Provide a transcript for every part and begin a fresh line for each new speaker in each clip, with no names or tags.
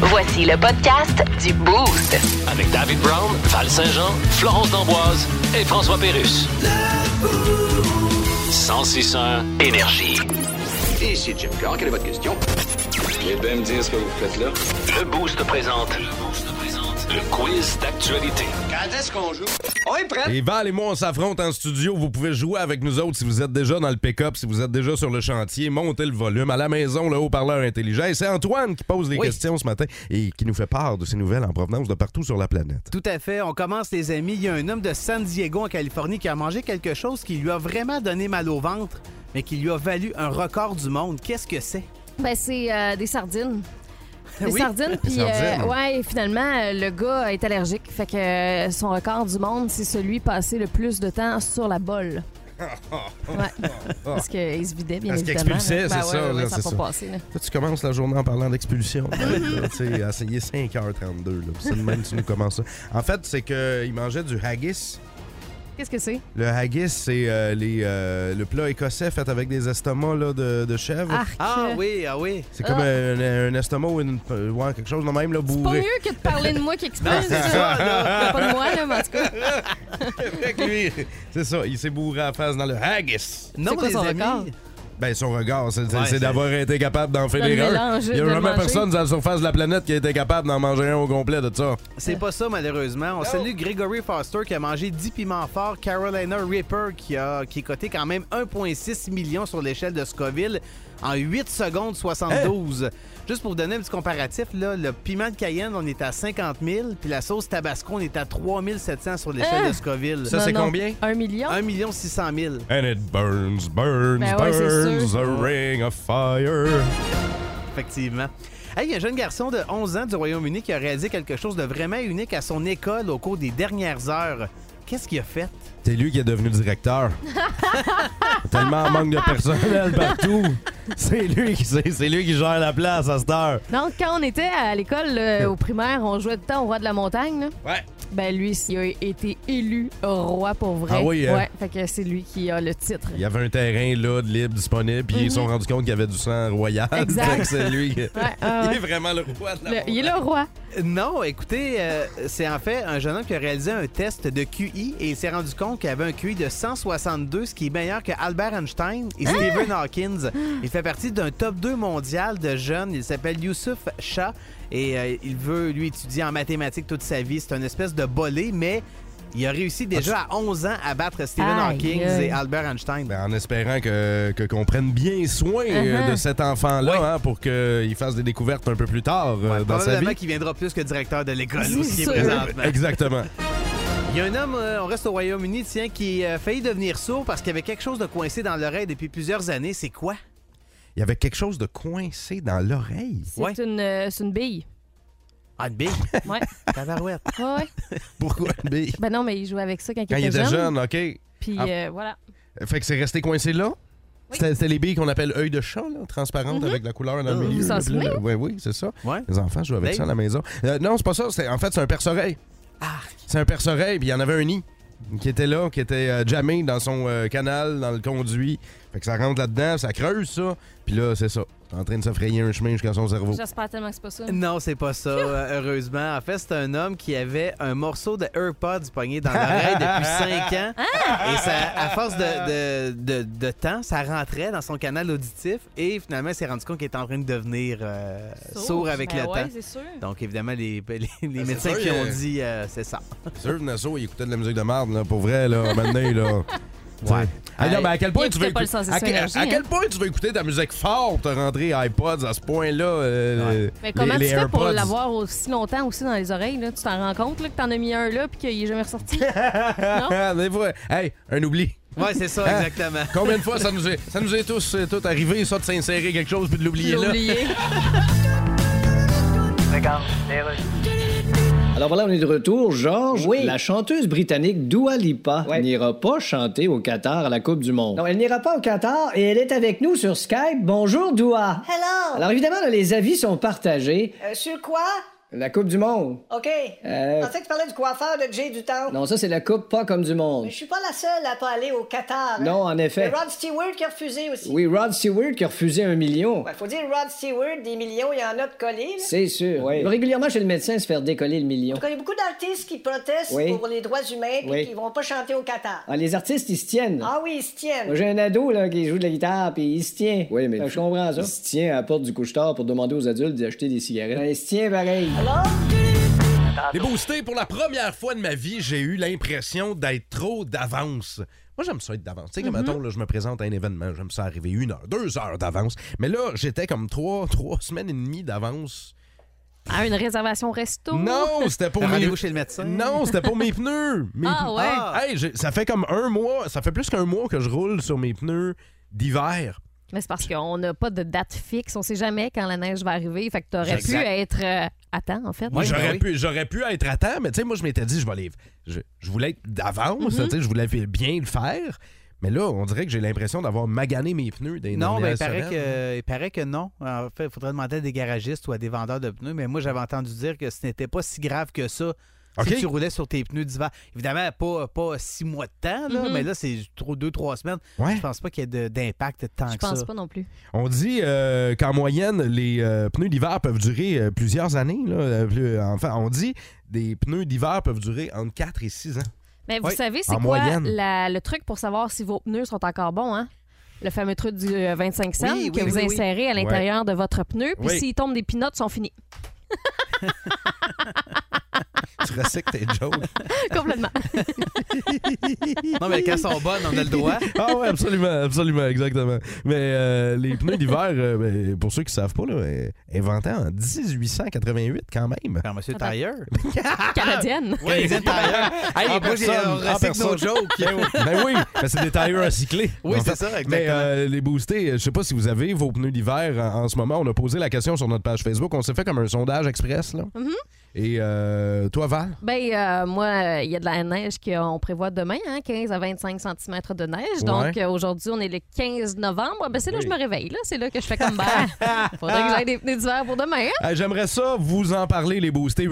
Voici le podcast du Boost.
Avec David Brown, Val Saint-Jean, Florence D'Amboise et François Pérus. 106 énergie.
Ici Jim Carr, quelle est votre question?
Vous bien me dire ce que vous faites là.
Le Boost présente. Le Boost présente. Le quiz d'actualité.
Quand est-ce qu'on joue? On est prêt?
Et Val et moi, on s'affronte en studio. Vous pouvez jouer avec nous autres si vous êtes déjà dans le pick-up, si vous êtes déjà sur le chantier. Montez le volume à la maison, le haut-parleur intelligent. Et c'est Antoine qui pose les
Oui.
questions ce matin et qui nous fait part de ces nouvelles en provenance de partout sur la planète.
Tout à fait. On commence, les amis. Il y a un homme de San Diego, en Californie, qui a mangé quelque chose qui lui a vraiment donné mal au ventre, mais qui lui a valu un record du monde. Qu'est-ce que c'est?
Ben, c'est euh, des sardines. Des
Oui.
sardines, puis
Ah Des sardines.
euh, ouais, finalement, euh, le gars est allergique. Fait que euh, son record du monde, c'est celui passé le plus de temps sur la bolle. Ouais. Parce qu'il se vidait, bien
Parce qu'il
évidemment.
expulsait,
là.
c'est
Ben
ça,
ouais, ouais,
là,
ça
c'est
n'a
ça.
pas passé. là.
Toi, tu commences la journée en parlant d'expulsion. Euh, tu sais, essayer 5h32. là. C'est le même que tu nous commences ça. En fait, c'est qu'il mangeait du haggis.
Qu'est-ce que c'est?
Le haggis, c'est euh, les, euh, le plat écossais fait avec des estomacs là, de, de chèvre.
Arc.
Ah oui, ah oui.
C'est comme
Ah.
un, un estomac ou une, ouais, quelque chose de même, là,
C'est pas
bourré.
mieux que de parler de moi qui expulse.
c'est
là.
ça, là.
Pas de moi, là, mais en tout cas.
Fait que lui, c'est ça, il s'est bourré à la face dans le haggis.
Non,
quoi
les
son
amis.
record?
Ben, son regard, c'est c'est-
Ouais,
c'est
c'est-
d'avoir été capable d'en
le
finir un.
mélanger,
Il y a
de le
vraiment
manger.
personne sur la surface de la planète qui a été capable d'en manger un au complet de ça.
C'est pas ça, malheureusement. On salue Gregory Foster qui a mangé 10 piments forts, Carolina Reaper qui, a, qui est coté quand même 1,6 million sur l'échelle de Scoville en 8 secondes 72. Juste pour vous donner un petit comparatif, là, le piment de Cayenne, on est à 50 000, puis la sauce Tabasco, on est à 3 700 sur l'échelle
Hein?
de Scoville.
Ah! Ça,
Non,
c'est
non.
combien?
Un million?
1 600 000.
And it burns, burns,
Ben ouais, c'est
burns,
sûr.
a ring of fire.
Effectivement. Hey, il y a un jeune garçon de 11 ans du Royaume-Uni qui a réalisé quelque chose de vraiment unique à son école au cours des dernières heures. Qu'est-ce qu'il a fait?
C'est lui qui est devenu directeur. Tellement en manque de personnel partout. C'est lui, qui, c'est, c'est lui qui gère la place à cette heure.
Donc, quand on était à l'école, là, au primaire, on jouait tout le temps au roi de la montagne. là.
Ouais.
Ben lui, il a été élu roi pour vrai.
Ah oui, hein?
Ouais, fait que c'est lui qui a le titre.
Il y avait un terrain là de libre disponible, puis ils se sont rendus compte qu'il y avait du sang royal.
Mhm. Exact.
Fait que c'est lui. qui-
Ouais, ah
Il est
ouais.
vraiment le roi de la
Le- il est
montagne.
le roi.
Non, écoutez, euh, c'est en fait un jeune homme qui a réalisé un test de QI et il s'est rendu compte qu'il avait un QI de 162, ce qui est meilleur que Albert Einstein
Ah!
et Stephen Hawkins. Il fait partie d'un top 2 mondial de jeunes. Il s'appelle Youssouf Shah et euh, il veut, lui, étudier en mathématiques toute sa vie. C'est une espèce de bolé, mais il a réussi déjà à 11 ans à battre Stephen
Aïe,
Hawking
aïe.
et Albert Einstein.
Ben, en espérant que, que- qu'on prenne bien soin euh,
Uh-huh.
de cet enfant-là hein, pour qu'il fasse des découvertes un peu plus tard euh, dans sa vie.
Probablement qu'il viendra plus que directeur de l'école,
C'est
où ce qui est
sûr.
présentement.
Exactement.
Il y a un homme, euh, on reste au Royaume-Uni, tiens, qui euh, a failli devenir sourd parce qu'il y avait quelque chose de coincé dans l'oreille depuis plusieurs années. C'est quoi?
Il y avait quelque chose de coincé dans l'oreille.
C'est
Ouais.
une, euh, c'est une bille.
Ah, une bille.
Ouais.
Tabarouette.
Ouais, ouais.
Pourquoi? Ben,
Ben non, mais il jouait avec ça quand,
Quand il était jeune, OK.
Puis
Ah.
euh, voilà.
Fait que c'est resté coincé là?
Oui. Mm-hmm.
C'était c'était les billes qu'on appelle œil de chat, là, transparentes avec la couleur dans le
Vous
milieu.
vous
là,
en
puis là, là, ouais, oui, c'est ça.
Hein?
Ouais.
Les enfants jouent avec
Ben.
ça à la maison. Euh, non, c'est pas ça. c'est- En fait, c'est un perce-oreille.
Ah.
C'est un perce-oreille, puis il y en avait un nid qui était là, qui était euh, jammé dans son euh, canal, dans le conduit. Fait que ça rentre là-dedans, ça creuse ça. Puis là, c'est ça. C'est en train de se frayer un chemin jusqu'à son cerveau.
J'espère tellement que c'est pas ça.
Non, c'est pas ça, euh, heureusement. En fait, c'est un homme qui avait un morceau de AirPods pogné dans l'oreille depuis 5 ans.
Ah!
Et ça, à force de, de- de- de temps, ça rentrait dans son canal auditif et finalement, il s'est rendu compte qu'il était en train de devenir euh, sourd, avec
Ben
le
ouais,
temps.
c'est sûr.
Donc, évidemment, les, les- les médecins
sûr,
qui ont
il y a-
dit, euh, c'est ça.
Sûr, Nassau, il écoutait de la musique de marde, là, pour vrai, là, maintenant, là.
Ouais.
Ah non, mais à quel point
Il
tu veux
écoutait pas le
écou-
sensation
à, quel-
énergie,
à quel
hein.
point tu veux écouter ta musique forte, rentrer iPods à ce point-là euh,
Mais comment
les- les
tu fais pour
AirPods?
l'avoir aussi longtemps aussi dans les oreilles? Là? Tu t'en rends compte là, que t'en as mis un là puis qu'il est jamais ressorti? non?
Ah, des fois, hey, un oubli.
Ouais, c'est ça,
Hein?
exactement.
Combien de fois ça nous est, ça nous est tous euh, tout arrivé ça de s'insérer quelque chose puis de l'oublier
J'ai
là.
oublié.
Alors voilà, on est de retour. Georges,
Oui.
la chanteuse britannique Dua Lipa
Ouais.
n'ira pas chanter au Qatar à la Coupe du Monde.
Non, elle n'ira pas au Qatar et elle est avec nous sur Skype. Bonjour, Doua.
Hello!
Alors évidemment, là, les avis sont partagés.
Euh, sur quoi?
La Coupe du Monde.
OK.
Euh.
Je pensais que tu parlais du coiffeur de Jay Duton.
Non, ça, c'est la Coupe pas comme du monde.
Mais je suis pas la seule à pas aller au Qatar. hein.
Non, en effet.
C'est Rod Stewart qui a refusé aussi.
Oui, Rod Stewart qui a refusé un million.
Ouais, faut dire Rod Stewart, des millions, il y en a de collés. là.
C'est sûr. Il va Régulièrement chez le médecin se faire décoller le million.
En tout cas, il y a beaucoup d'artistes qui protestent
Oui.
pour les droits humains et
Oui.
qui vont pas chanter au Qatar.
Ah, les artistes, ils se tiennent. là.
Ah oui, ils se tiennent.
Moi, J'ai un ado là, qui joue de la guitare, puis il se tient. Oui, mais. je comprends ça. Il se tient à la porte du couche-tard pour demander aux adultes d'acheter des cigarettes. Ben, il se tient pareil.
Alors,
Les boostés, pour la première fois de ma vie, j'ai eu l'impression d'être trop d'avance. Moi, j'aime ça être d'avance. Tu sais,
Mm-hmm.
comme, mettons, là, je me présente à un événement, j'aime ça arriver une heure, deux heures d'avance. Mais là, j'étais comme trois, trois semaines et demie d'avance.
Ah, une réservation resto?
Non, c'était pour
Un
mes...
rendez-vous chez le médecin?
Non, c'était pour mes pneus. Mes
Ah,
pneus-
ouais.
Hey, j'ai- ça fait comme un mois, ça fait plus qu'un mois que je roule sur mes pneus d'hiver.
Mais c'est parce qu'on n'a pas de date fixe. On sait jamais quand la neige va arriver. Fait que t'aurais pu
Exact.
être euh, à temps, en fait.
Oui,
j'aurais,
ben oui.
pu, j'aurais pu être à temps, mais tu sais, moi, je m'étais dit, je vais aller- Je, je voulais être d'avance,
Mm-hmm.
tu sais, je voulais bien le faire. Mais là, on dirait que j'ai l'impression d'avoir magané mes pneus des
Non, ben,
dernières
il, paraît
semaines.
que, il paraît que non. En fait, il faudrait demander à des garagistes ou à des vendeurs de pneus, mais moi, j'avais entendu dire que ce n'était pas si grave que ça.
OK.
Si tu roulais sur tes pneus d'hiver, évidemment, pas, pas six mois de temps, là,
Mm-hmm.
mais là, c'est trop deux, trois semaines.
Ouais.
Je pense pas qu'il y ait de- d'impact tant
Je
que
pense
ça.
pas non plus.
On dit euh, qu'en moyenne, les euh, pneus d'hiver peuvent durer euh, plusieurs années. Là, euh, plus- enfin, on dit des pneus d'hiver peuvent durer entre 4 et 6 ans.
Mais vous
Oui,
savez, c'est
en
quoi
moyenne.
la- le truc pour savoir si vos pneus sont encore bons, hein? Le fameux truc du euh, 25 cents
Oui,
que
oui,
vous
oui, oui.
insérez à l'intérieur de votre pneu. Puis
Oui.
s'il tombe des pinottes, ils sont finis.
tu recycles tes jokes.
Complètement.
Non, mais quand elles sont bonnes, on a le droit.
Ah ouais, absolument, absolument, exactement. Mais euh, les pneus d'hiver, euh, ben, pour ceux qui savent pas, là, euh, inventés en 1888 quand même.
Alors, monsieur Tailleur.
Canadienne.
Oui, les tailleurs. Hey,
Ah, En
moi, j'ai euh,
personne,
on
en
recycle nos
personne.
jokes.
Ben oui, ben oui, ben c'est des tailleurs recyclés.
Oui,
En
c'est
fait.
ça, exactement.
Mais euh, les boostés, euh, je sais pas si vous avez vos pneus d'hiver en, en ce moment. On a posé la question sur notre page Facebook. On s'est fait comme un sondage express. Là. Et euh, toi, Val?
Ben, euh, moi, euh, il y a de la neige qu'on prévoit demain, hein, 15 à 25 cm de neige. Donc, euh, aujourd'hui, on est le 15 novembre. Ben, c'est là que je me réveille. là. C'est là que je fais comme ben. Faudrait que j'aille des pneus d'hiver pour demain. hein.
Euh, J'aimerais ça vous en parler, les boostés.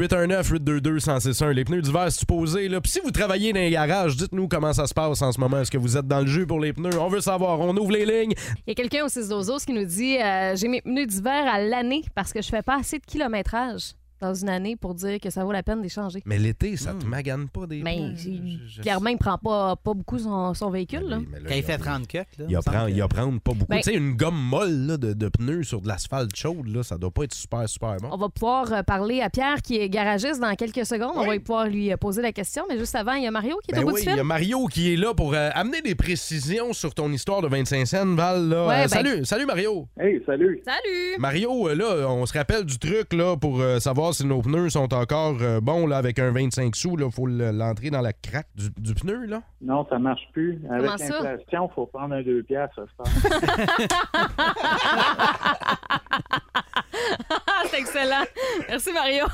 819-822-1061. Les pneus d'hiver, si posés. Là. Puis si vous travaillez dans les garages, dites-nous comment ça se passe en ce moment. Est-ce que vous êtes dans le jus pour les pneus? On veut savoir. On ouvre les lignes.
Il y a quelqu'un au 6 qui nous dit euh, J'ai mes pneus d'hiver à l'année parce que je fais pas assez de kilométrage dans une année pour dire que ça vaut la peine de les changer.
Mais l'été, ça te magane pas des
Mais
pneus. Je-
il-
Ben, je-
clairement, il prend pas, pas beaucoup son, son véhicule. là.
Oui, mais là,
Quand il
a-
fait 30 cucs, là.
Il
me semble
apprend,
que-
il apprend pas beaucoup.
Ben-
tu sais, une gomme molle là, de, de pneus sur de l'asphalte chaude, là, ça doit pas être super, super bon.
On va pouvoir euh, parler à Pierre qui est garagiste dans quelques secondes. On va y pouvoir lui euh, poser la question. Mais juste avant, il y a Mario qui est
Ben
au bout
oui,
du
il
fil.
y a Mario qui est là pour euh, amener des précisions sur ton histoire de 25 cents, Val. là.
Ouais,
Euh,
ben-
Salut, salut Mario.
Salut!
Mario, euh, là, on se rappelle du truc là, pour euh, savoir si nos pneus sont encore euh, bons là, avec un 25 sous. Il faut le- l'entrer dans la craque du, du pneu. Là.
Non, ça marche plus. Avec
Comment ça?
l'inflation, il faut prendre un deux piastres. ça se passe.
Ah, c'est excellent! Merci Mario!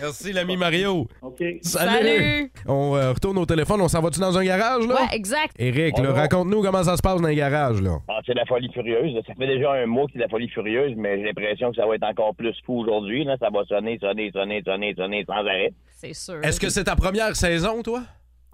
Merci, l'ami Mario.
OK.
Salut!
On euh, retourne au téléphone. On s'en va-tu dans un garage? là?
Ouais, exact.
Eric, là, raconte-nous comment ça se passe dans un garage. Là.
Ah, c'est la folie furieuse. là. Ça fait déjà un mois que c'est la folie furieuse, mais j'ai l'impression que ça va être encore plus fou aujourd'hui. là. Ça va sonner, sonner, sonner, sonner, sonner sans arrêt.
C'est sûr.
Est-ce que c'est ta première saison, toi?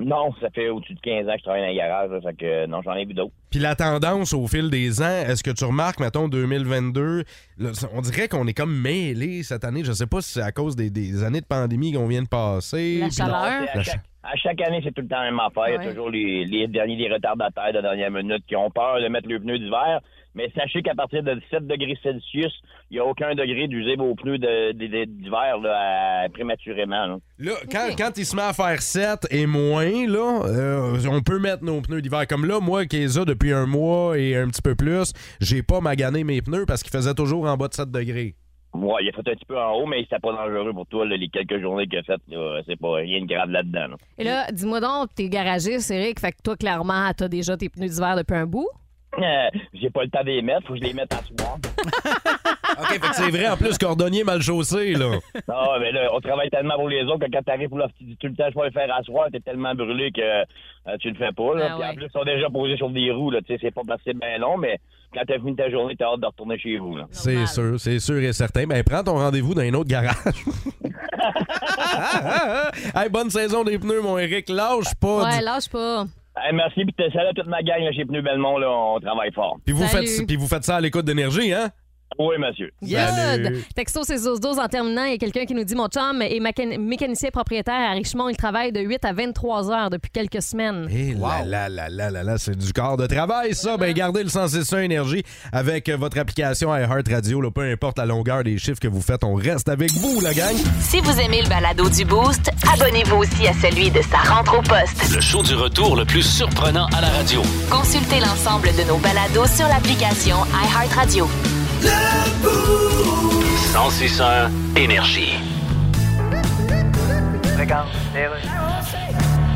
Non, ça fait au-dessus de 15 ans que je travaille dans les garages. Là, fait que euh, non, j'en ai vu d'autres.
Puis la tendance au fil des ans, est-ce que tu remarques, mettons, 2022, là, on dirait qu'on est comme mêlé cette année. Je sais pas si c'est à cause des, des années de pandémie qu'on vient de passer.
La
Puis-
chaleur.
À chaque, à chaque année, c'est tout le temps la même affaire. Il y
Ouais.
a toujours les, les derniers des retardataires de dernière minute qui ont peur de mettre le pneu d'hiver. Mais sachez qu'à partir de 17 degrés Celsius, il n'y a aucun degré d'user vos pneus de- de- de- d'hiver là, à- prématurément. là.
Là, quand,
Ok.
quand il se met à faire 7 et moins, là, euh, on peut mettre nos pneus d'hiver. Comme là, moi qui les ai depuis un mois et un petit peu plus, j'ai pas magané mes pneus parce qu'ils faisaient toujours en bas de 7 degrés.
Ouais, il a fait un petit peu en haut, mais c'était pas dangereux pour toi, là, les quelques journées qu'il a faites. là. C'est pas rien de grave là-dedans. là.
Et là, dis-moi donc, t'es garagiste, Eric, fait que toi, clairement, t'as déjà tes pneus d'hiver depuis un bout.
Euh, J'ai pas le temps de les mettre, faut que je les mette à soir.
OK, fait que c'est vrai, en plus, cordonnier mal chaussé, là.
Non, Ah mais là, on travaille tellement pour les autres que quand t'arrives pour leur tu dis tout le temps, je vais le faire à soir, t'es tellement brûlé que euh, tu le fais pas. Là.
Ah
Puis
ouais.
en plus, ils sont déjà posés sur des roues, là, tu sais, c'est pas passé bien long, mais quand t'as fini ta journée, t'as hâte de retourner chez vous. Là.
C'est
Normal.
sûr, c'est sûr et certain. Ben, prends ton rendez-vous dans un autre garage. Hey, bonne saison des pneus, mon Eric. Lâche pas.
Ouais,
du-
lâche pas.
Hey, merci, puis salut à toute ma gang là, chez Pneu Belmont, là, on travaille fort.
Puis vous,
Salut.
faites, puis vous faites ça à l'écoute d'énergie, hein?
Oui, monsieur.
Salut.
Good. Texto 612 en terminant, il y a quelqu'un qui nous dit Mon chum est mécan- mécanicien propriétaire à Richemont. Il travaille de 8 à 23 heures depuis quelques semaines.
Et Eh là, là, là, là, là, là, c'est du corps de travail, ça.
Mm-hmm.
Ben, gardez le 161 Énergie avec euh, votre application iHeartRadio. là, Peu importe la longueur des chiffres que vous faites, on reste avec vous, la gang.
Si vous aimez le balado du Boost, abonnez-vous aussi à celui de sa rentre au poste.
Le show du retour le plus surprenant à la radio.
Consultez l'ensemble de nos balados sur l'application iHeartRadio.
1061 Énergie.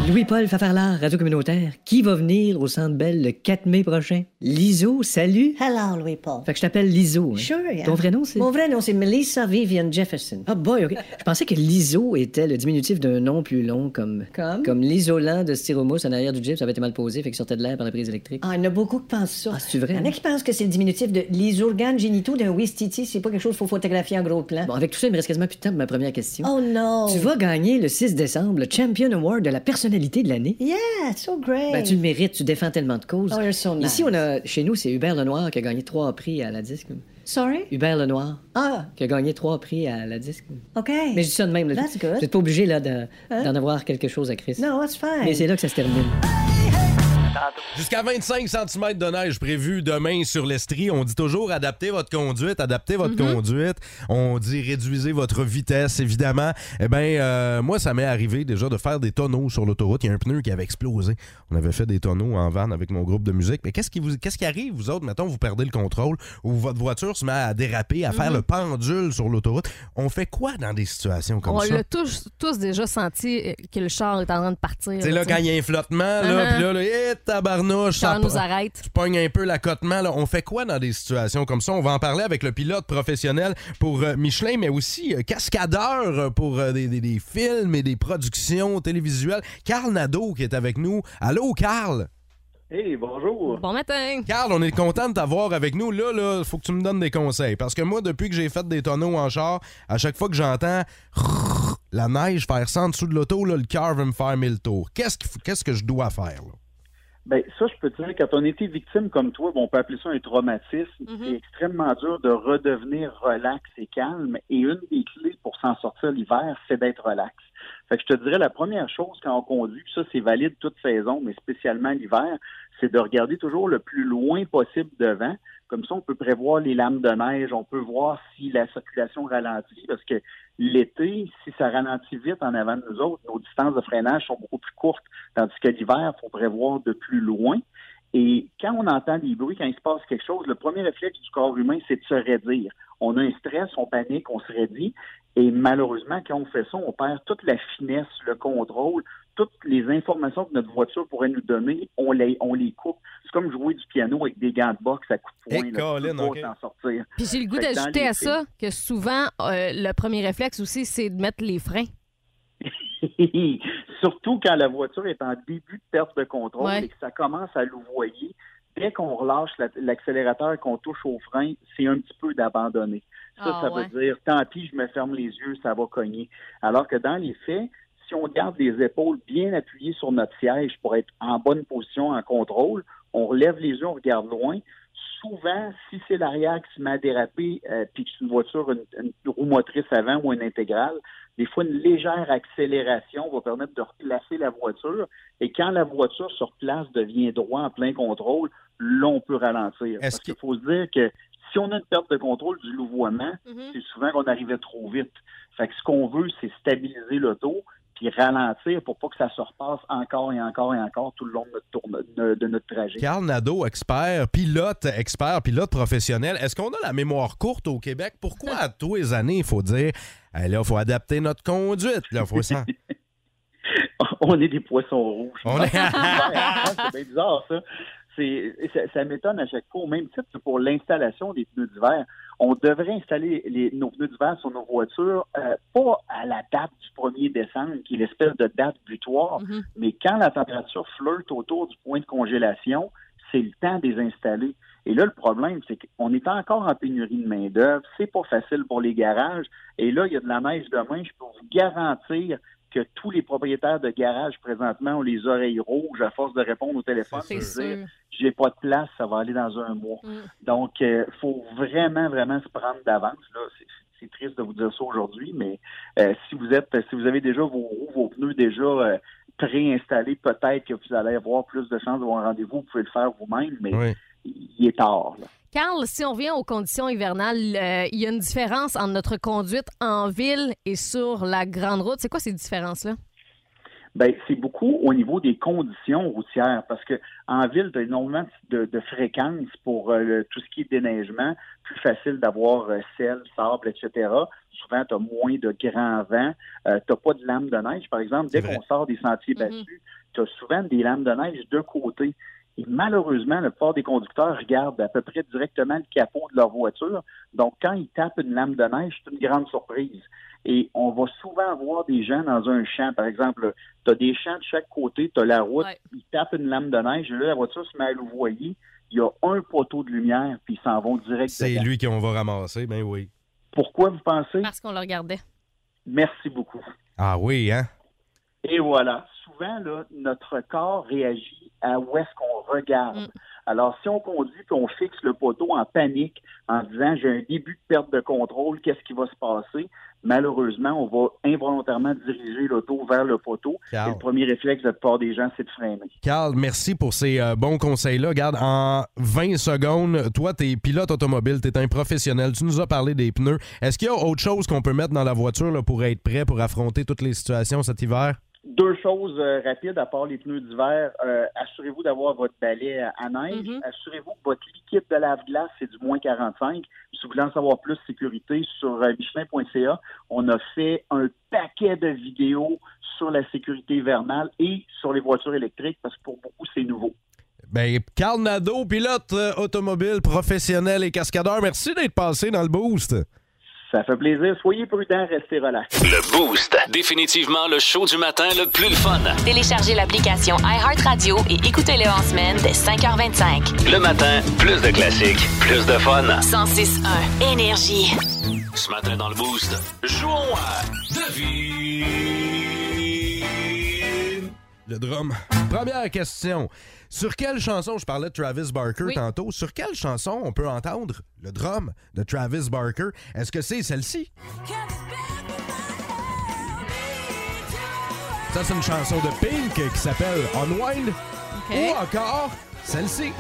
Louis-Paul Fafarlard, Radio Communautaire, qui va venir au Centre Bell le 4 mai prochain? Liso, salut!
Hello, Louis-Paul.
Fait que je t'appelle Liso. hein?
Sure, yeah.
Ton vrai nom, c'est...
Mon vrai nom, c'est Melissa Vivian Jefferson.
Ah boy, OK. Je pensais que l'ISO était le diminutif d'un nom plus long comme...
Comme?
Comme l'isolant de styromousse en arrière du jeep, ça avait été mal posé, fait qu'il sortait de l'air par la prise électrique.
Ah, il y en a beaucoup qui pensent ça. Ah,
c'est vrai,
Il y en
hein?
a qui pensent que c'est le diminutif de les organes génitaux d'un Wistiti. C'est pas quelque chose qu'il faut photographier en gros plan.
Bon, avec tout ça, il me reste quasiment plus de temps pour ma première question.
Oh non!
Tu vas gagner le 6 décembre le Champion Award de la personnalité de l'année.
Yeah, it's so great!
Ben, tu le mérites, tu défends tellement de causes.
Oh, you're so nice.
Ici, on a, chez nous, c'est Hubert Lenoir qui a gagné trois prix à la disque.
Sorry?
Hubert Lenoir,
Ah,
qui a gagné trois prix à la disque.
OK.
Mais je dis ça de même. Là,
That's good.
Vous êtes pas obligé là, de-
Hein?
d'en avoir quelque chose à Chris.
No, that's fine.
Mais c'est là que ça se termine.
Jusqu'à 25 cm de neige prévus demain sur l'Estrie. On dit toujours adaptez votre conduite, adaptez votre
Mm-hmm.
conduite. On dit réduisez votre vitesse, évidemment. Eh bien, euh, moi, ça m'est arrivé déjà de faire des tonneaux sur l'autoroute. Il y a un pneu qui avait explosé. On avait fait des tonneaux en van avec mon groupe de musique. Mais qu'est-ce qui, vous, qu'est-ce qui arrive, vous autres, mettons, vous perdez le contrôle ou votre voiture se met à déraper, à faire
Mhm.
le pendule sur l'autoroute? On fait quoi dans des situations comme
On
ça?
l'a tous, tous déjà senti euh, que le char est en train de partir.
C'est là,
tu sais.
quand il y a un flottement, là,
Uh-huh.
puis là, là, hé, tabarnouche,
Le char
ça
nous
pa-
arrête.
Tu pognes un peu l'accotement, là. On fait quoi dans des situations comme ça? On va en parler avec le pilote professionnel pour euh, Michelin, mais aussi euh, cascadeur euh, pour euh, des, des- des films et des productions télévisuelles. Carl Nadeau qui est avec nous. Allô, Carl?
Hey, bonjour.
Bon matin.
Carl, on est content de t'avoir avec nous. Là, là, faut que tu me donnes des conseils. Parce que moi, depuis que j'ai fait des tonneaux en char, à chaque fois que j'entends la neige faire ça en dessous de l'auto, là, le cœur va me faire mille tours. Qu'est-ce qu'il faut- qu'est-ce que je dois faire, là?
Ben, ça, je peux te dire, quand on a été victime comme toi, bon, on peut appeler ça un traumatisme.
Mhm.
C'est extrêmement dur de redevenir relax et calme. Et une des clés pour s'en sortir l'hiver, c'est d'être relax. Fait que je te dirais, la première chose quand on conduit, puis ça, c'est valide toute saison, mais spécialement l'hiver, c'est de regarder toujours le plus loin possible devant. Comme ça, on peut prévoir les lames de neige, on peut voir si la circulation ralentit, parce que l'été, si ça ralentit vite en avant de nous autres, nos distances de freinage sont beaucoup plus courtes, tandis que l'hiver, il faut prévoir de plus loin. Et quand on entend des bruits, quand il se passe quelque chose, le premier réflexe du corps humain, c'est de se raidir. On a un stress, on panique, on se raidit. Et malheureusement, quand on fait ça, on perd toute la finesse, le contrôle, toutes les informations que notre voiture pourrait nous donner, on les, on les coupe. C'est comme jouer du piano avec des gants de boxe à coups de poing.
Eh,
là, tu peux
Colin,
pas
ok.
t'en sortir.
Puis j'ai le goût
Fait que dans
d'ajouter
les
à ça que souvent, euh, le premier réflexe aussi, c'est de mettre les freins.
Surtout quand la voiture est en début de perte de contrôle
Ouais.
et que ça commence à louvoyer, dès qu'on relâche la- l'accélérateur et qu'on touche au frein, c'est un petit peu d'abandonner. Ça,
Ah,
ça
ouais.
veut dire tant pis, je me ferme les yeux, ça va cogner. Alors que dans les faits, si on garde les épaules bien appuyées sur notre siège pour être en bonne position, en contrôle, on relève les yeux, on regarde loin. Souvent, si c'est l'arrière qui se met à déraper, euh, puis que c'est une voiture, une, une roue motrice avant ou une intégrale, des fois, une légère accélération va permettre de replacer la voiture. Et quand la voiture sur place devient droit en plein contrôle, là, on peut ralentir. Parce qu'il faut se dire que si on a une perte de contrôle du louvoiement, c'est souvent qu'on arrivait trop vite. Fait que ce qu'on veut, c'est stabiliser l'auto puis ralentir pour pas que ça se repasse encore et encore et encore tout le long de notre, tourne- de- de notre trajet.
Carl Nadeau, expert, pilote expert, pilote professionnel. Est-ce qu'on a la mémoire courte au Québec? Pourquoi à tous les années, il faut dire Hey, là, il faut adapter notre conduite? Là, faut s'en-
on est des poissons rouges. hein,
On est-
c'est bien bizarre, ça. C'est- ça, ça m'étonne à chaque fois. Au même titre que pour l'installation des pneus d'hiver, on devrait installer les- nos pneus d'hiver sur nos voitures, euh, pas à la date du 1er décembre, qui est l'espèce de date butoir, mais quand la température flirte autour du point de congélation, c'est le temps de les installer. Et là, le problème, c'est qu'on est encore en pénurie de main-d'œuvre. C'est pas facile pour les garages. Et là, il y a de la neige demain. Je peux vous garantir que tous les propriétaires de garages présentement ont les oreilles rouges à force de répondre au téléphone
C'est
et de
sûr.
dire j'ai pas de place, ça va aller dans un mois. Donc, il faut vraiment, vraiment se prendre d'avance. là. C'est- C'est triste de vous dire ça aujourd'hui, mais euh, si vous êtes, si vous avez déjà vos roues, vos pneus déjà euh, préinstallés, peut-être que vous allez avoir plus de chances d'avoir un rendez-vous. Vous pouvez le faire vous-même, mais il est tard. là.
Carl, si on vient aux conditions hivernales, euh, il y a une différence entre notre conduite en ville et sur la grande route. C'est quoi ces différences-là?
Ben, c'est beaucoup au niveau des conditions routières, parce que en ville, tu as énormément de, de fréquences pour euh, le- tout ce qui est déneigement, plus facile d'avoir euh, sel, sable, etc. Souvent, tu as moins de grands vents, euh, tu pas de lames de neige, par exemple. Dès qu'on sort des sentiers battus, tu as souvent des lames de neige de côté. Et malheureusement, le port des conducteurs regarde à peu près directement le capot de leur voiture. Donc, quand ils tapent une lame de neige, c'est une grande surprise. Et on va souvent avoir des gens dans un champ. Par exemple, tu as des champs de chaque côté, tu as la route, ils tapent une lame de neige, là, la voiture se met à louvoyer. Il y a un poteau de lumière, puis ils s'en vont direct.
C'est
dedans.
lui qu'on va ramasser, ben oui.
Pourquoi vous pensez?
Parce qu'on le regardait.
Merci beaucoup.
Ah oui, hein?
Et voilà. Souvent, là, notre corps réagit à où est-ce qu'on regarde. Alors, si on conduit puis on fixe le poteau en panique en disant j'ai un début de perte de contrôle, qu'est-ce qui va se passer? Malheureusement, on va involontairement diriger l'auto vers le poteau.
Ciao.
Et le premier réflexe de la plupart des gens, c'est de freiner.
Carl, merci pour ces euh, bons conseils-là. Garde, en 20 secondes, toi, t'es pilote automobile, t'es un professionnel, tu nous as parlé des pneus. Est-ce qu'il y a autre chose qu'on peut mettre dans la voiture là, pour être prêt pour affronter toutes les situations cet hiver?
Deux choses euh, rapides, à part les pneus d'hiver, euh, assurez-vous d'avoir votre balai euh, à- à neige. Assurez-vous que votre liquide de lave-glace, c'est du moins 45. Si vous voulez en savoir plus, sécurité, sur euh, michelin.ca, on a fait un paquet de vidéos sur la sécurité hivernale et sur les voitures électriques, parce que pour beaucoup, c'est nouveau.
Ben, Carl Nadeau, pilote euh, automobile, professionnel et cascadeur, merci d'être passé dans le boost.
Ça fait plaisir. Soyez prudents, restez relax.
Le Boost. Définitivement le show du matin le plus le fun.
Téléchargez l'application iHeartRadio et écoutez-le en semaine dès 5h25.
Le matin, plus de classiques, plus de fun.
106.1 Énergie.
Ce matin dans le Boost, jouons à Devine.
Le drum. Première question. Sur quelle chanson, je parlais de Travis Barker
Oui.
tantôt, sur quelle chanson on peut entendre le drum de Travis Barker? Est-ce que c'est celle-ci? Ça, c'est une chanson de Pink qui s'appelle Unwind. Ou encore celle-ci.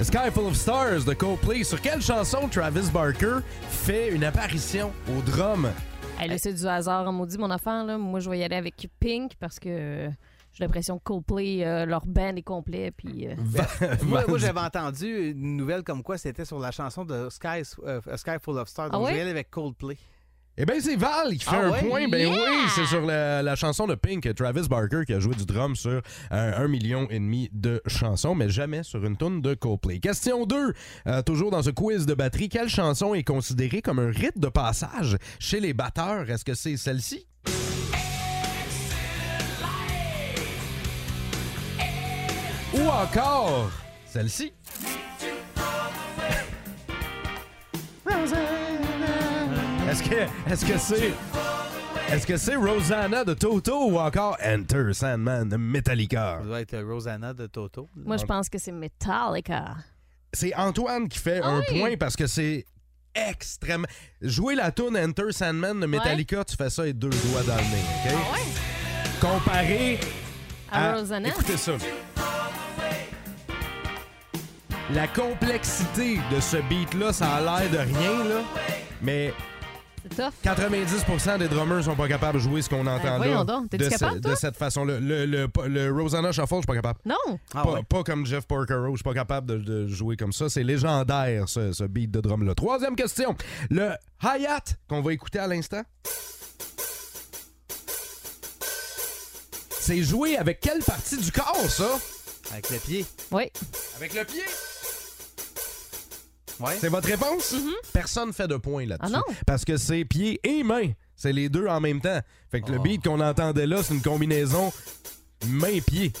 A Sky Full of Stars de Coldplay. Sur quelle chanson Travis Barker fait une apparition au drum?
Hey, là, c'est du hasard en maudit, mon enfant. Là. Moi, je vais y aller avec Pink parce que euh, j'ai l'impression que Coldplay, euh, leur band est complet. Puis, euh,
Moi, moi, j'avais entendu une nouvelle comme quoi c'était sur la chanson de Sky, euh, A Sky Full of Stars.
Ah
Donc,
oui?
je vais aller avec Coldplay.
Eh bien, c'est Val qui fait
Ah
un
ouais?
point. Ben
Yeah!
oui, c'est sur la, la chanson de Pink, Travis Barker, qui a joué du drum sur euh, un million et demi de chansons, mais jamais sur une tourne de Coldplay. Question 2, euh, toujours dans ce quiz de batterie, quelle chanson est considérée comme un rite de passage chez les batteurs? Est-ce que c'est celle-ci? Ou encore celle-ci? Est-ce que est-ce que c'est est-ce que c'est Rosanna de Toto ou encore Enter Sandman de Metallica?
Ça doit être euh, Rosanna de Toto.
moi, je pense que c'est Metallica.
C'est Antoine qui fait un
oui?
point parce que c'est extrême. Jouer la tune Enter Sandman de Metallica, tu fais ça et deux doigts dans le nez, OK? Comparé
À
à-
Ah, Rosanna?
Ah, Écoutez ça. La complexité de ce beat-là, ça a l'air de rien, là, mais
C'est tough.
90% des drummers sont pas capables de jouer ce qu'on entend là.
Ben voyons donc. T'es-tu
de, ce-
capable, toi?
de cette façon-là. Le, le, le Rosanna Shuffle, je suis pas capable.
Non.
Ah
pas, pas comme Jeff Porcaro, je suis pas capable de, de jouer comme ça. C'est légendaire, ce, ce beat de drum-là. Troisième question. Le hi-hat qu'on va écouter à l'instant, c'est joué avec quelle partie du corps, ça?
Avec le pied.
Oui.
Avec le pied? C'est votre réponse? Personne fait de point là-dessus.
Ah non?
Parce que c'est
Oh.
pied et main. C'est les deux en même temps. Fait que le beat qu'on entendait là, c'est une combinaison main-pied.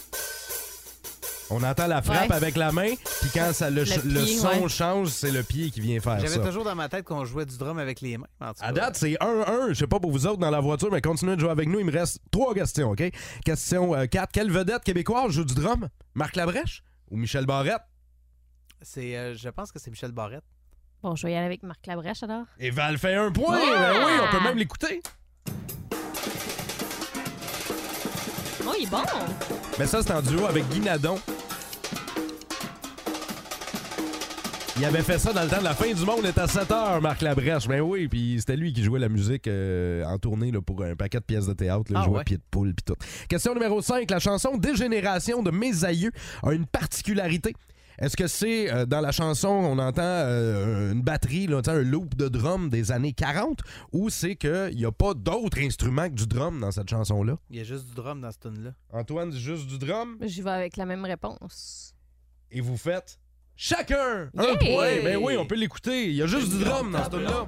On entend la frappe
Ouais.
avec la main, puis quand ça, le,
Le
ch- le
pied,
son
ouais.
change, c'est le pied qui vient faire ça.
J'avais toujours dans ma tête qu'on jouait du drum avec les mains. en tout cas.
À date, c'est 1-1. Je sais pas pour vous autres dans la voiture, mais continuez de jouer avec nous. Il me reste trois questions, OK? Question 4. Quelle vedette québécoise joue du drum? Marc Labrèche ou Michel Barrette?
C'est, euh, je pense que c'est Michel Barrette.
Bon, je vais y aller avec Marc Labrèche alors.
Et Val fait un point!
Ouais!
Ben oui, on peut même l'écouter.
Oh, il est bon!
Mais Ben ça, c'est en duo avec Guy Nadon. Il avait fait ça dans le temps de la fin du monde, il était à 7 heures, Marc Labrèche. Ben oui, puis c'était lui qui jouait la musique euh, en tournée là, pour un paquet de pièces de théâtre, là,
Ah
jouait
ouais.
pied de poule puis tout. Question numéro 5, la chanson Dégénération de Mes aïeux a une particularité. Est-ce que c'est euh, dans la chanson, on entend euh, une batterie, là, tu sais, un loop de drum des années 40, ou c'est qu'il n'y a pas d'autre instrument que du drum dans cette chanson-là?
Il y a juste du drum dans ce tune là
Antoine, juste du drum.
J'y vais avec la même réponse.
Et vous faites chacun un
Yeah!
point. Ben oui, on peut l'écouter. Il y a juste du drum dans ce tune-là.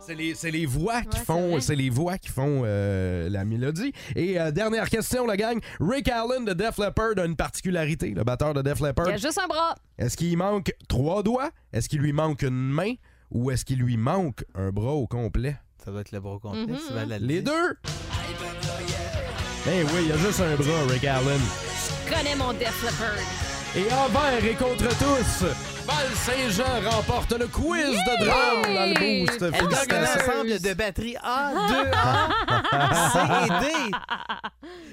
C'est les, c'est les voix qui font, c'est les voix qui font euh, la mélodie. Et euh, dernière question, la gang. Rick Allen de Def Leppard a une particularité, le batteur de Def
Il
Leppard.
y a juste un bras.
Est-ce qu'il manque trois doigts? Est-ce qu'il lui manque une main? Ou est-ce qu'il lui manque un bras au complet?
Ça doit être le bras
complet.
Mhm. Sylvain l'a
Les deux! Ben oui, il y a juste un bras, Rick Allen.
Je connais mon Def Leppard.
Et envers et contre tous, Val Saint-Jean remporte le quiz de drame dans le boost.
Elle gagne
Félicitations.
l'ensemble de batterie A, 2A, C et D.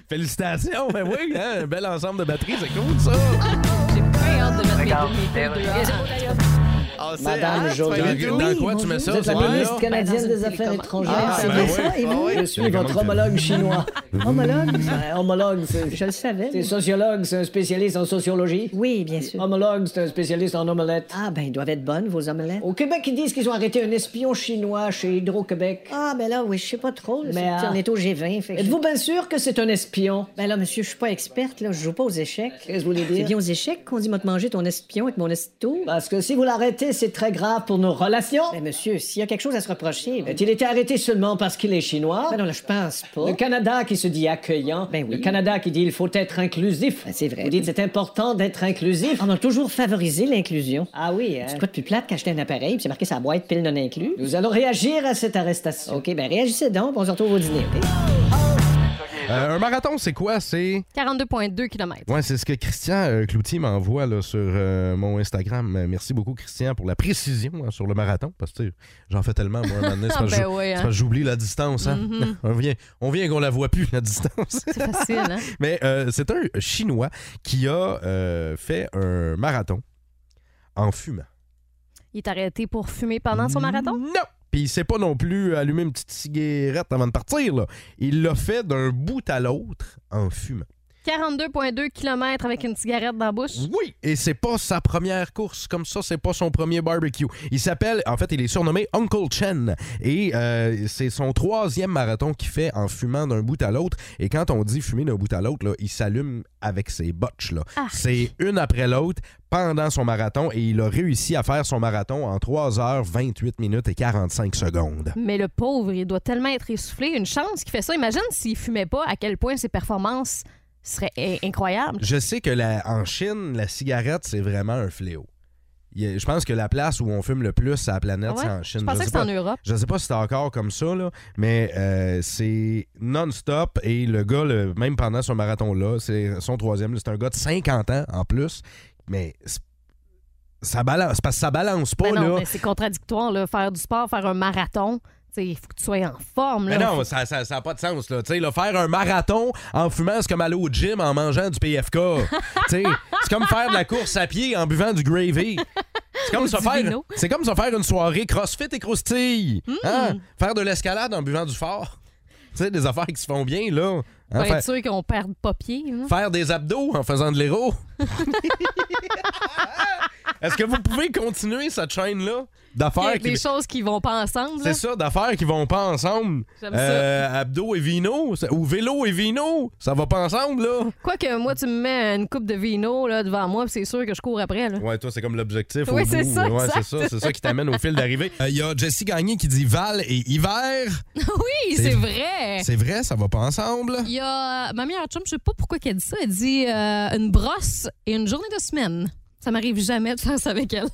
Félicitations, ben oui, hein, un bel ensemble de batteries, c'est cool ça.
J'ai hâte de mettre mes deux- mes deux doigts.
Ah, c'est-
Madame
ah, tu
Jolin.
vas aller dans
Oui,
quoi tu mets
bonjour,
ça,
vous êtes la
cette
ministre
là?
canadienne
Ben, dans
des
une
Affaires
télécommande.
étrangères.
Ah,
vous
ben
saviez ça,
oui.
et vous?
Ah, oui.
Je suis
Comment
votre
tu-
homologue chinois. homologue? Ben, homologue, c'est...
Je le savais.
C'est sociologue, c'est un spécialiste en sociologie.
Oui, bien sûr.
Homologue, c'est un spécialiste en omelette.
Ah, ben, ils doivent être bonnes, vos omelettes.
Au Québec, ils disent qu'ils ont arrêté un espion chinois chez Hydro-Québec.
Ah, ben là, oui, je sais pas trop. là,
Mais,
c'est-
ah,
on est au G20. fait que-
Êtes-vous bien sûr que c'est un espion?
Ben là, monsieur, je suis pas experte, là. Je joue pas aux échecs.
Qu'est-ce que vous voulez dire?
C'est bien aux échecs qu'on dit m'a te manger ton espion avec mon esto.
Parce que si vous l'arrêtez, c'est très grave pour nos relations.
Ben, monsieur, s'il y a quelque chose à se reprocher. Ben,
Il était arrêté seulement parce qu'il est chinois.
ben non, là, je pense pas. Ben
Le Canada qui se dit accueillant. Le Canada qui dit il faut être inclusif.
c'est vrai.
Vous dites c'est important d'être inclusif.
On a toujours favorisé l'inclusion.
Ah oui, hein.
C'est quoi de plus plate qu'acheter un appareil, puis c'est marqué sa boîte pile non inclus?
Nous allons réagir à cette arrestation.
OK, ben réagissez donc, puis on se retrouve au dîner, OK?
Euh, un marathon, c'est quoi? C'est.
42,2 km.
Ouais, c'est ce que Christian euh, Cloutier m'envoie là, sur euh, mon Instagram. Euh, Merci beaucoup, Christian, pour la précision hein, sur le marathon. Parce que tu sais, j'en fais tellement, moi, un moment donné, c'est parce que
Ah,
j'ou-
ben oui,
c'est
hein.
parce que j'oublie la distance. hein.
Mhm.
on vient, on vient qu'on la voit plus, la distance.
C'est facile, hein?
Mais euh, c'est un Chinois qui a euh, fait un marathon en fumant.
Il est arrêté pour fumer pendant son marathon?
Non! Puis il s'est pas non plus allumé une petite cigarette avant de partir. là. Il l'a fait d'un bout à l'autre en fumant.
Mm. 42,2 km avec une cigarette dans la bouche.
Oui, et c'est pas sa première course comme ça, c'est pas son premier barbecue. Il s'appelle, en fait, il est surnommé Uncle Chen et euh, c'est son troisième marathon qu'il fait en fumant d'un bout à l'autre. Et quand on dit fumer d'un bout à l'autre, là, il s'allume avec ses botches. là.
Ah.
C'est une après l'autre pendant son marathon et il a réussi à faire son marathon en 3 heures 28 minutes et 45 secondes.
Mais le pauvre, il doit tellement être essoufflé. Une chance qu'il fait ça. Imagine s'il fumait pas, à quel point ses performances seraient eh, incroyables.
Je sais que la- en Chine, la cigarette, c'est vraiment un fléau. Il y a- je pense que la place où on fume le plus sur la planète,
Ah ouais?
c'est en Chine.
Je pensais
sais
que c'était
pas-
en Europe.
Je sais pas si c'est encore comme ça, là, mais euh, c'est non-stop. Et le gars, le- même pendant son marathon-là, c'est son troisième, là, c'est un gars de 50 ans en plus. Mais c'est- ça balance, parce que ça balance pas.
Ben non,
là.
mais c'est contradictoire, là. Faire du sport, faire un marathon, tu sais, il faut que tu sois en forme.
Mais
Là.
non, ça n'a pas de sens. Là. Tu sais, là, faire un marathon en fumant, c'est comme aller au gym en mangeant du PFK. Tu sais, c'est comme faire de la course à pied en buvant du gravy. C'est comme,
Ou
se
du
faire,
vino.
c'est comme se faire une soirée crossfit et croustille.
Hmm.
Hein? Faire de l'escalade en buvant du fort. Tu sais, des affaires qui se font bien, là. Hein,
Faut
faire-
être sûr qu'on perd pas pied. là.
Faire des abdos en faisant de l'héros. Est-ce que vous pouvez continuer cette chaîne-là d'affaires
Il y a
qui.
des choses qui vont pas ensemble. là.
C'est ça, d'affaires qui vont pas ensemble.
J'aime ça.
abdos et vino, ça- ou vélo et vino, ça va pas ensemble, là.
Quoique, moi, tu me mets une coupe de vino là, devant moi, puis c'est sûr que je cours après. Là.
Ouais, toi, c'est comme l'objectif.
Oui,
au bout.
c'est ça,
Ouais, c'est
exact.
ça. C'est ça qui t'amène au fil d'arrivée. Euh, Il y a Jessie Gagné qui dit Val et hiver.
oui,
C'est-
c'est vrai.
C'est vrai, ça va pas ensemble.
Il y a euh, ma meilleure chum, je sais pas pourquoi qu'elle dit ça. Elle dit euh, une brosse et une journée de semaine. Ça m'arrive jamais de faire ça avec elle.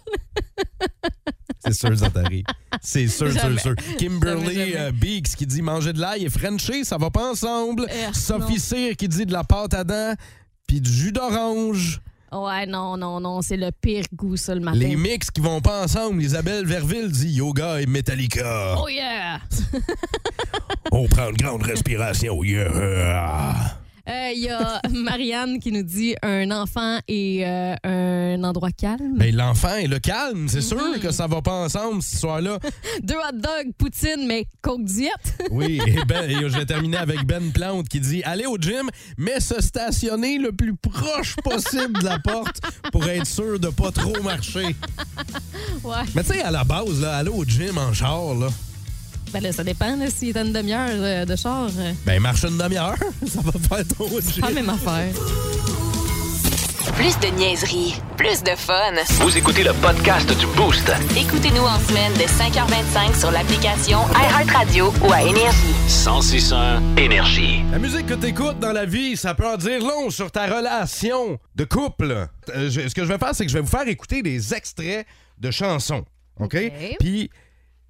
C'est sûr, ça t'arrive. C'est sûr,
Jamais.
sûr, sûr. Kimberly
Jamais, jamais.
euh, Biggs qui dit manger de l'ail et Frencher, ça va pas ensemble.
Euh,
Sophie Cyr qui dit de la pâte à dents puis du jus d'orange.
Ouais, non, non, non, c'est le pire goût, ça, le matin.
Les mix qui vont pas ensemble. Isabelle Verville dit yoga et Metallica.
Oh yeah!
On prend une grande respiration. Yeah.
Euh, Il y a Marianne qui nous dit un enfant et euh, un endroit calme.
Ben, l'enfant et le calme, c'est sûr que ça va pas ensemble ce soir-là.
Deux hot dogs, poutine, mais coke diète.
Oui, et ben, et je vais terminer avec Ben Plante qui dit Allez au gym, mais se stationner le plus proche possible de la porte pour être sûr de pas trop marcher.
Ouais.
Mais tu sais, à la base, là, aller au gym en char, là,
Ben là, ça dépend. là, S'il est à une demi-heure euh, de char, euh,
ben marche une demi-heure, ça va faire trop au gym.
pas la même affaire.
Plus de niaiserie, plus de fun.
Vous écoutez le podcast du Boost.
Écoutez-nous en semaine de 5h25 sur l'application iHeartRadio ou à Énergie.
1061 Énergie.
La musique que t'écoutes dans la vie, ça peut en dire long sur ta relation de couple. Euh, je- ce que je vais faire, c'est que je vais vous faire écouter des extraits de chansons. OK? Puis,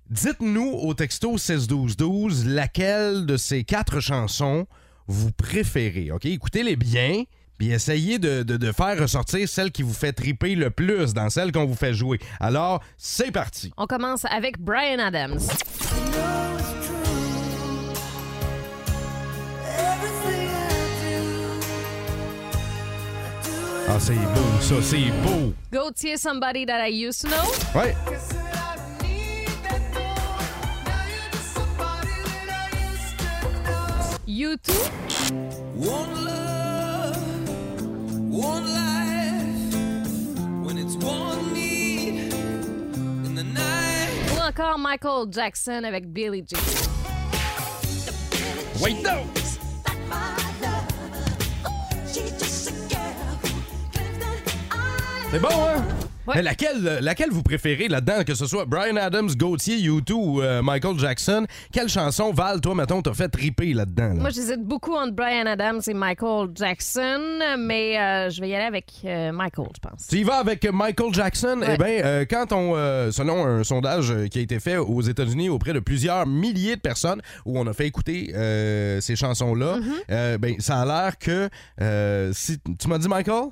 dites-nous au texto 6-12-12 laquelle de ces quatre chansons vous préférez. OK? Écoutez-les bien. Puis essayez de, de- de faire ressortir celle qui vous fait triper le plus dans celle qu'on vous fait jouer. Alors, c'est parti.
On commence avec Brian Adams.
Ah, c'est beau, ça, c'est beau.
Gauthier, somebody that I used to know.
Ouais.
You too. Ou encore Michael Jackson avec Billie Jean.
Wait, no! C'est bon, hein? Mais laquelle, euh, laquelle vous préférez là-dedans, que ce soit Brian Adams, Gauthier, U2 ou euh, Michael Jackson? Quelle chanson, Val, toi, mettons, t'as fait triper là-dedans? là?
Moi, j'hésite beaucoup entre Brian Adams et Michael Jackson, mais euh, je vais y aller avec euh, Michael, je pense.
Tu y vas avec Michael Jackson? Eh bien, euh, quand on. euh, selon un sondage euh, qui a été fait aux États-Unis auprès de plusieurs milliers de personnes où on a fait écouter euh, ces chansons-là, euh, ben, ça a l'air que. euh, si tu m'as dit, Michael?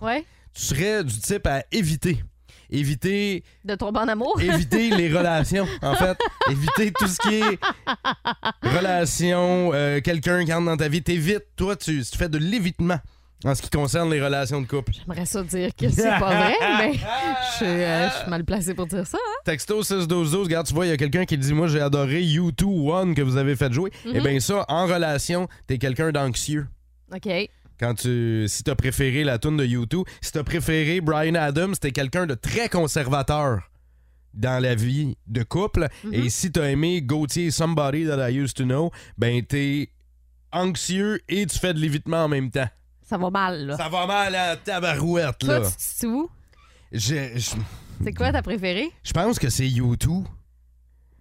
Tu serais du type à éviter. Éviter.
De tomber en amour.
Éviter les relations, en fait. Éviter tout ce qui est relation, euh, quelqu'un qui entre dans ta vie. T'évites, toi, tu, tu fais de l'évitement en ce qui concerne les relations de couple.
J'aimerais ça dire que c'est pas vrai, mais je suis, euh, je suis mal placée pour dire ça. hein.
Texto 61212, regarde, tu vois, il y a quelqu'un qui dit Moi, j'ai adoré U2 One que vous avez fait jouer.
Mhm.
Eh bien, ça, en relation, t'es quelqu'un d'anxieux.
OK.
Quand tu, si t'as préféré la tune de U2, si t'as préféré Brian Adams, t'es quelqu'un de très conservateur dans la vie de couple.
Mm-hmm.
Et si t'as aimé Gauthier Somebody That I Used to Know, ben t'es anxieux et tu fais de l'évitement en même temps.
Ça va mal, là.
Ça va mal à la tabarouette,
Toi,
là.
tu te où?
Je, je,
C'est quoi ta préférée?
je pense que c'est U2.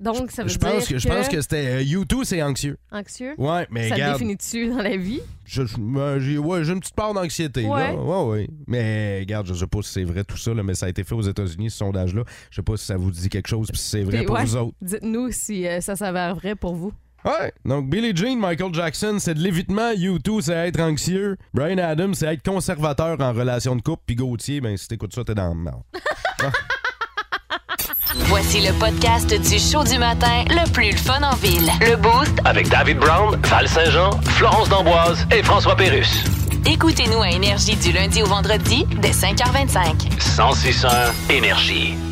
Donc, ça veut
Je
dire
pense que, je pense que c'était euh, U2, c'est anxieux.
Anxieux?
Ouais, mais
ça te
regarde.
définit-tu dans la vie?
Je- je- ben, j'ai ouais, j'ai une petite part d'anxiété. là.
Ouais.
Ouais, ouais. Mais regarde, je sais pas si c'est vrai tout ça, là, mais ça a été fait aux États-Unis, ce sondage-là. Je sais pas si ça vous dit quelque chose, puis si c'est vrai
Puis,
pour
ouais,
vous autres.
Dites-nous si euh, ça s'avère vrai pour vous.
Ouais. Donc, Billie Jean, Michael Jackson, c'est de l'évitement. U2, c'est être anxieux. Brian Adams, c'est être conservateur en relation de couple. Puis Gauthier, ben, si t'écoutes ça, t'es dans le merde.
Voici le podcast du show du matin le plus le fun en ville. Le Boost.
Avec David Brown, Val Saint-Jean, Florence D'Amboise et François Pérus.
Écoutez-nous à Énergie du lundi au vendredi dès 5h25.
1061 Énergie.